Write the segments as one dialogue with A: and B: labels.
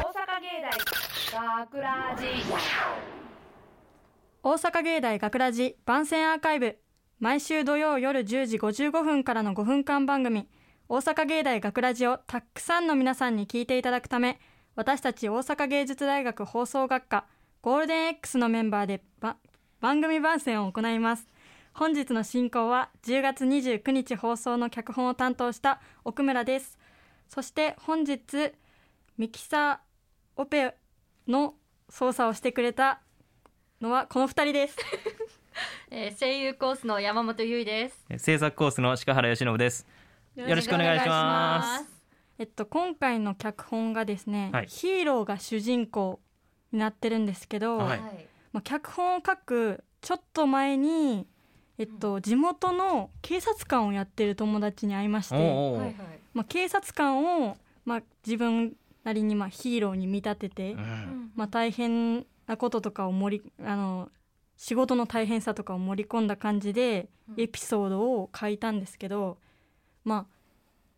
A: 大学ラジ
B: 大阪芸大学ラジ番宣アーカイブ毎週土曜夜10時55分からの5分間番組大阪芸大学ラジをたくさんの皆さんに聞いていただくため私たち大阪芸術大学放送学科ゴールデン X のメンバーでば番組番宣を行います本日の進行は10月29日放送の脚本を担当した奥村ですそして本日ミキサーオペの操作をしてくれたのはこの二人です
C: えー、声優コースの山本優衣です。。
D: 制作コースの鹿原由伸です。よろしくお願いします
B: えっと今回の脚本がですね、
D: はい
B: ヒーローが主人公になってるんですけど、
D: は
C: はいい。
B: まあ、脚本を書くちょっと前に、えっと、地元の警察官をやってる友達に会いまし
D: お
B: て、
D: うおう、
C: はいはい。
B: まあ、警察官を、まあ、自分なりにまあヒーローに見立てて、
D: うん
B: まあ、大変なこととかを盛りあの仕事の大変さとかを盛り込んだ感じで
C: うん
B: エピソードを書いたんですけど、ま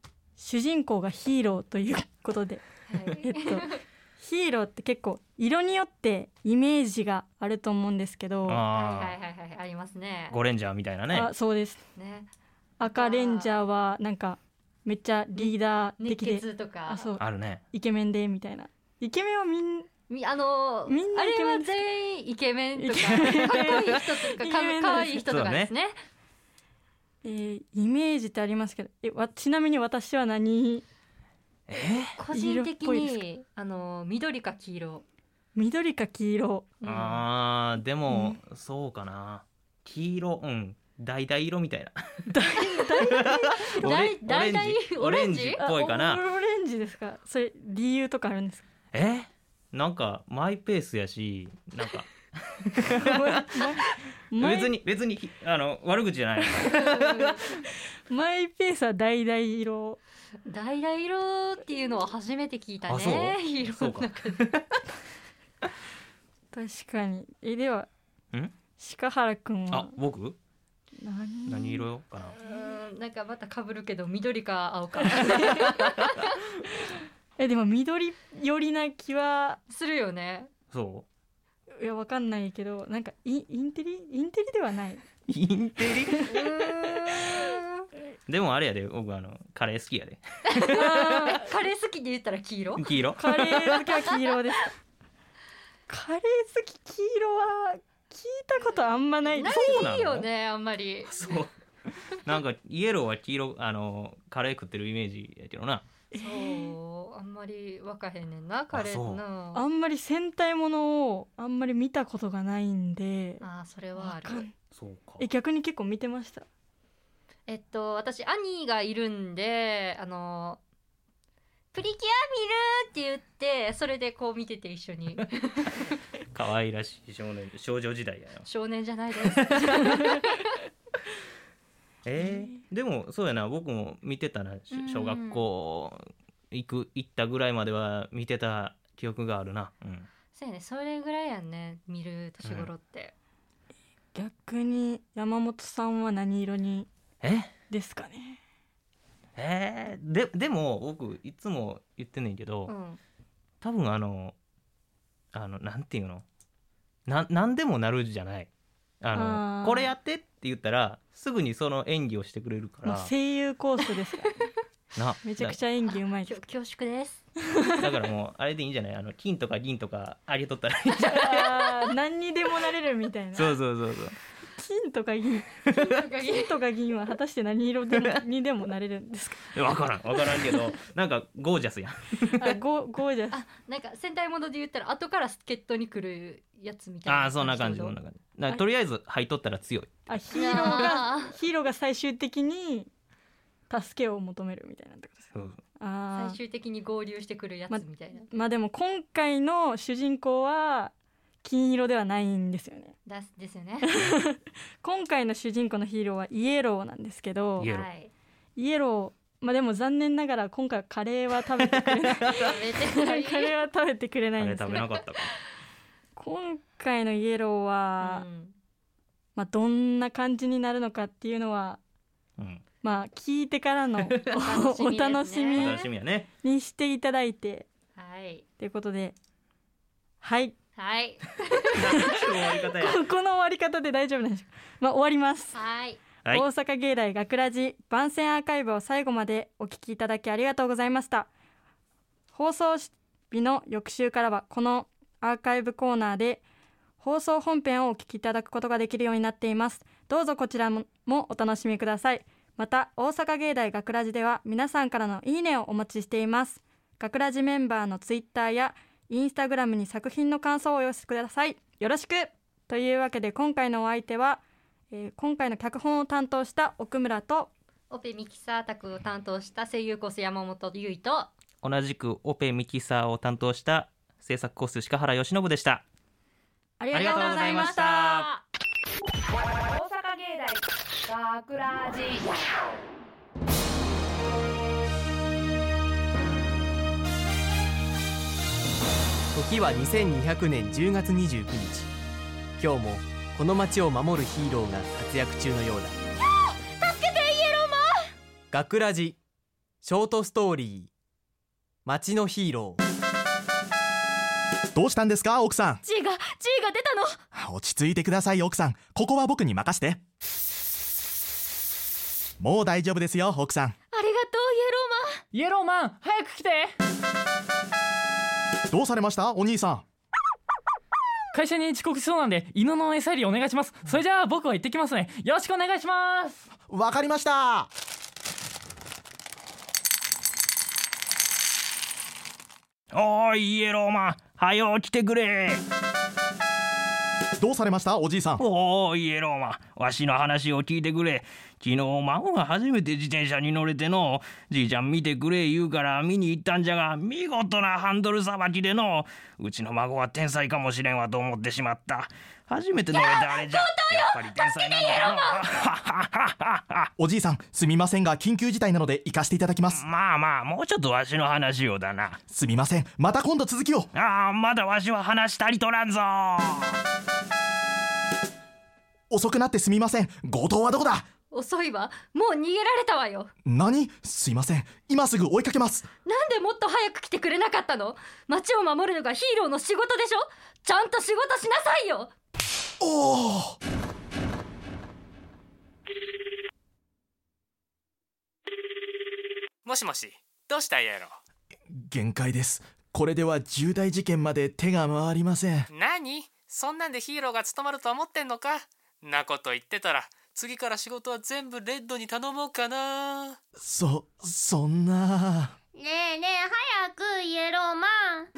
B: あ主人公がヒーローということで えっとヒーローって結構色によってイメージがあると思うんですけど、
C: はいは
D: あ
C: いはいはいはいありますね
D: あ、。ゴレンジャーみたいなね。
B: あそうです
C: ね。
B: 赤レンジャーはなんかめっちゃリーダー
C: 熱
B: 的で
C: 血とか。
B: あそう
D: あるね。
B: イケメンでみたいなイケメンはみん
C: みあのー
B: みんな
C: あ
B: イケ
C: れ
B: メ
C: は
B: ンです
C: 全員イケメンとか
B: イ
C: かっ
B: ケ
C: こいい
B: メン
C: 人と
B: イ
C: か
B: ケメ
C: か
B: ンなんですよ
C: 可愛い人とかですね。
B: えーイメージってありますけどえわちなみに私は何
D: え
C: 個人的
B: 色っぽい
C: にあのー緑か黄色。
B: 緑か黄色
C: うん
D: ああでも、そうかな。黄色うん。だいだい色みたいな。オレン
C: だいだい
D: オレンジ
C: オレンジ
D: っぽいか
B: あ
D: な。
B: オオレンジですかそれ理由とかあるん ですか
D: えなんかマイペースやし、なんか
B: マイ
D: 別に別にひあの悪口じゃない。
B: マイペースは橙色
C: だいだい色っていうのは初めて聞いた
D: あそう
C: ね。 色
D: そう
C: の
D: か。
C: 中で
B: 確かにえでは
D: ん
B: 鹿原くんは
D: あ僕
B: 何
D: 何色かな。
C: うんなんかまた被るけど緑か青か
B: えでも緑寄りな気は
C: するよね。
D: そう。
B: いやわかんないけどなんかインインテリインテリではない
D: インテリ でもあれやで僕あのカレー好きやで
C: え カレー好きで言ったら黄色
D: 黄色
B: カレー好きは黄色ですかカレー好き黄色は聞いたことあんまないです
D: そうなの
C: いいよねあんまり
D: そうなんかイエローは黄色あのカレー食ってるイメージやけどな
C: そうあんまり分かへんねんなカレ
D: あ
C: ー
D: そう
C: な
B: あんまり戦隊ものをあんまり見たことがないんで
C: あーそれはあ
B: わか
C: る
B: ん
D: そうか
B: え逆に結構見てました
C: えっと私兄がいるんであのプリキュア見るって言ってそれでこう見てて一緒 に
D: 可愛らしい少年少女時代やよ
C: 少年じゃないです
D: えーでもそうやな僕も見てたなし小学校行く行ったぐらいまでは見てた記憶があるな、うん、
C: そうやねそれぐらいやんね見る年頃って、
B: 逆に山本さんは何色に
D: え
B: ですかね
D: えー、ででも僕いつも言ってんねんけど、
C: うん、
D: 多分あのあのなんていうのな何でもなるじゃないあの
B: あー
D: これやってって言ったらすぐにその演技をしてくれるか
B: もう
D: ら
B: 声優コースです から
D: な
B: めちゃくちゃ演技うまいで
C: きょ
B: す
C: 恐縮です
D: だだからもうあれでいいんじゃないあの金とか銀とかあげとったらいいんじ ゃない
B: あー何にでもなれるみたいな
D: そうそうそうそう
B: 金とか銀金とか銀は果たして何色でもにでもなれるんですか
D: えわからんわからんけどなんかゴージャスやん
B: あゴゴージャス
C: あ なんか戦隊もので言ったら後から助っ人に来るやつみたいな
D: ああーそんな感じそんな感じなんかとりあえず入っとったら強い
B: あヒ
C: い
B: ーロ
C: や
B: ーが
C: ー
B: ヒーローが最終的に助けを求めるみたいなってことですか
D: そう
B: あ
C: 最終的に合流してくるやつみたいな、
B: ーまあでも今回の主人公は金色ではないんですよね
C: だすですよね
B: 今回の主人公のヒーローはイエローなんですけど
D: イエロー
C: はい
B: イエローまあでも残念ながら今回はカレーは食べてくれ ない
C: 食べてない
B: カレーは食べてくれない
D: あ
B: ん
D: れ
B: です
D: 食
B: け
D: べ
B: ど
D: なかったか
B: 今回のイエローは、
C: うん
B: まあどんな感じになるのかっていうのは
D: うん
B: まあ聞いてから のお
C: 楽しみですね
B: 楽し
D: お
B: み
D: 楽しみやね
B: にしていただいて
C: はい
B: ということではい
C: はい。
D: 終わり方や
B: ここの終わり方で大丈夫なんでしょうかまあ終わります
C: はい。
D: はい
B: 大阪芸大学ラジ番宣アーカイブを最後までお聞きいただきありがとうございました放送日の翌週からはこのアーカイブコーナーで放送本編をお聞きいただくことができるようになっていますどうぞこちらももお楽しみくださいまた大阪芸大学ラジでは皆さんからのいいねをお待ちしています学ラジメンバーのツイッターやインスタグラムに作品の感想をお寄せくださいよろしくというわけで今回のお相手はえー今回の脚本を担当した奥村と
C: オペミキサー宅を担当した声優コース山本優衣と。
D: 同じくオペミキサーを担当した制作コース鹿原由伸でした
B: あり
D: がとうございました。
A: 大阪芸大学ラジ
E: 時は2200年10月29日今日もこの街を守るヒーローが活躍中のようだ助けてイエローマン学ラジショートストーリー街のヒーロー
F: どうしたんですか奥さん
G: 血が血が出たの
F: 落ち着いてください奥さんここは僕に任せてもう大丈夫ですよ奥さん
G: ありがとうイエローマン
H: イエローマン早く来て
F: どうされましたお兄さん
H: 会社に遅刻しそうなんで犬の餌やりお願いしますそれじゃあ僕は行ってきますねよろしくお願いします
F: わかりました
D: おーいイエローマンはよ来てくれ
F: どうされましたおじいさん
D: おーイエローマンわしの話を聞いてくれ昨日孫が初めて自転車に乗れてのじいちゃん見てくれ言うから見に行ったんじゃが見事なハンドルさばきでのうちの孫は天才かもしれんわと思ってしまった初めて乗れたあれじゃやっぱり天才なのかな
F: おじいさんすみませんが緊急事態なので行かせていただきます
D: まあまあもうちょっとわしの話をだな
F: すみませんまた今度続きを
D: ああまだわしは話したりとらんぞ
F: 遅くなってすみません強盗はどこだ
C: 遅いわ。もう逃げられたわよ。
F: 何すいません今すぐ追いかけます
C: なんでもっと早く来てくれなかったの街を守るのがヒーローの仕事でしょちゃんと仕事しなさいよ
F: おお
I: もしもしどうしたイエロ
F: 限界ですこれでは重大事件まで手が回りません
I: ー何そんなんでヒーローが務まると思ってんのかなこと言ってたら次から仕事は全部レッドに頼もうかな
F: そそんな
G: ねえねえ早くイエローマン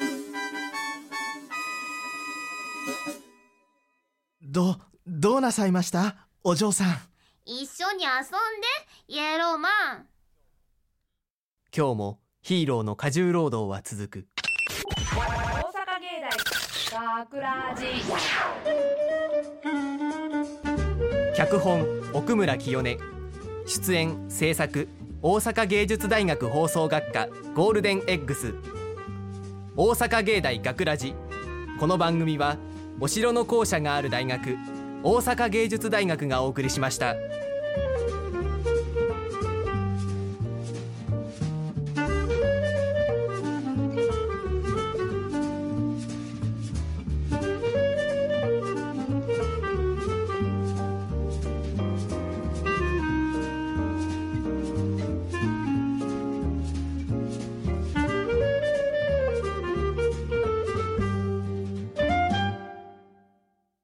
F: どどうなさいましたお嬢さん
G: 一緒に遊んでイエローマン
E: 今日もヒーローの過重労働は続く
A: 大阪芸大学ラジ
E: 脚本奥村清音出演制作大阪芸術大学放送学科ゴールデンエッグス大阪芸大学ラジこの番組はお城の校舎がある大学大阪芸術大学がお送りしました。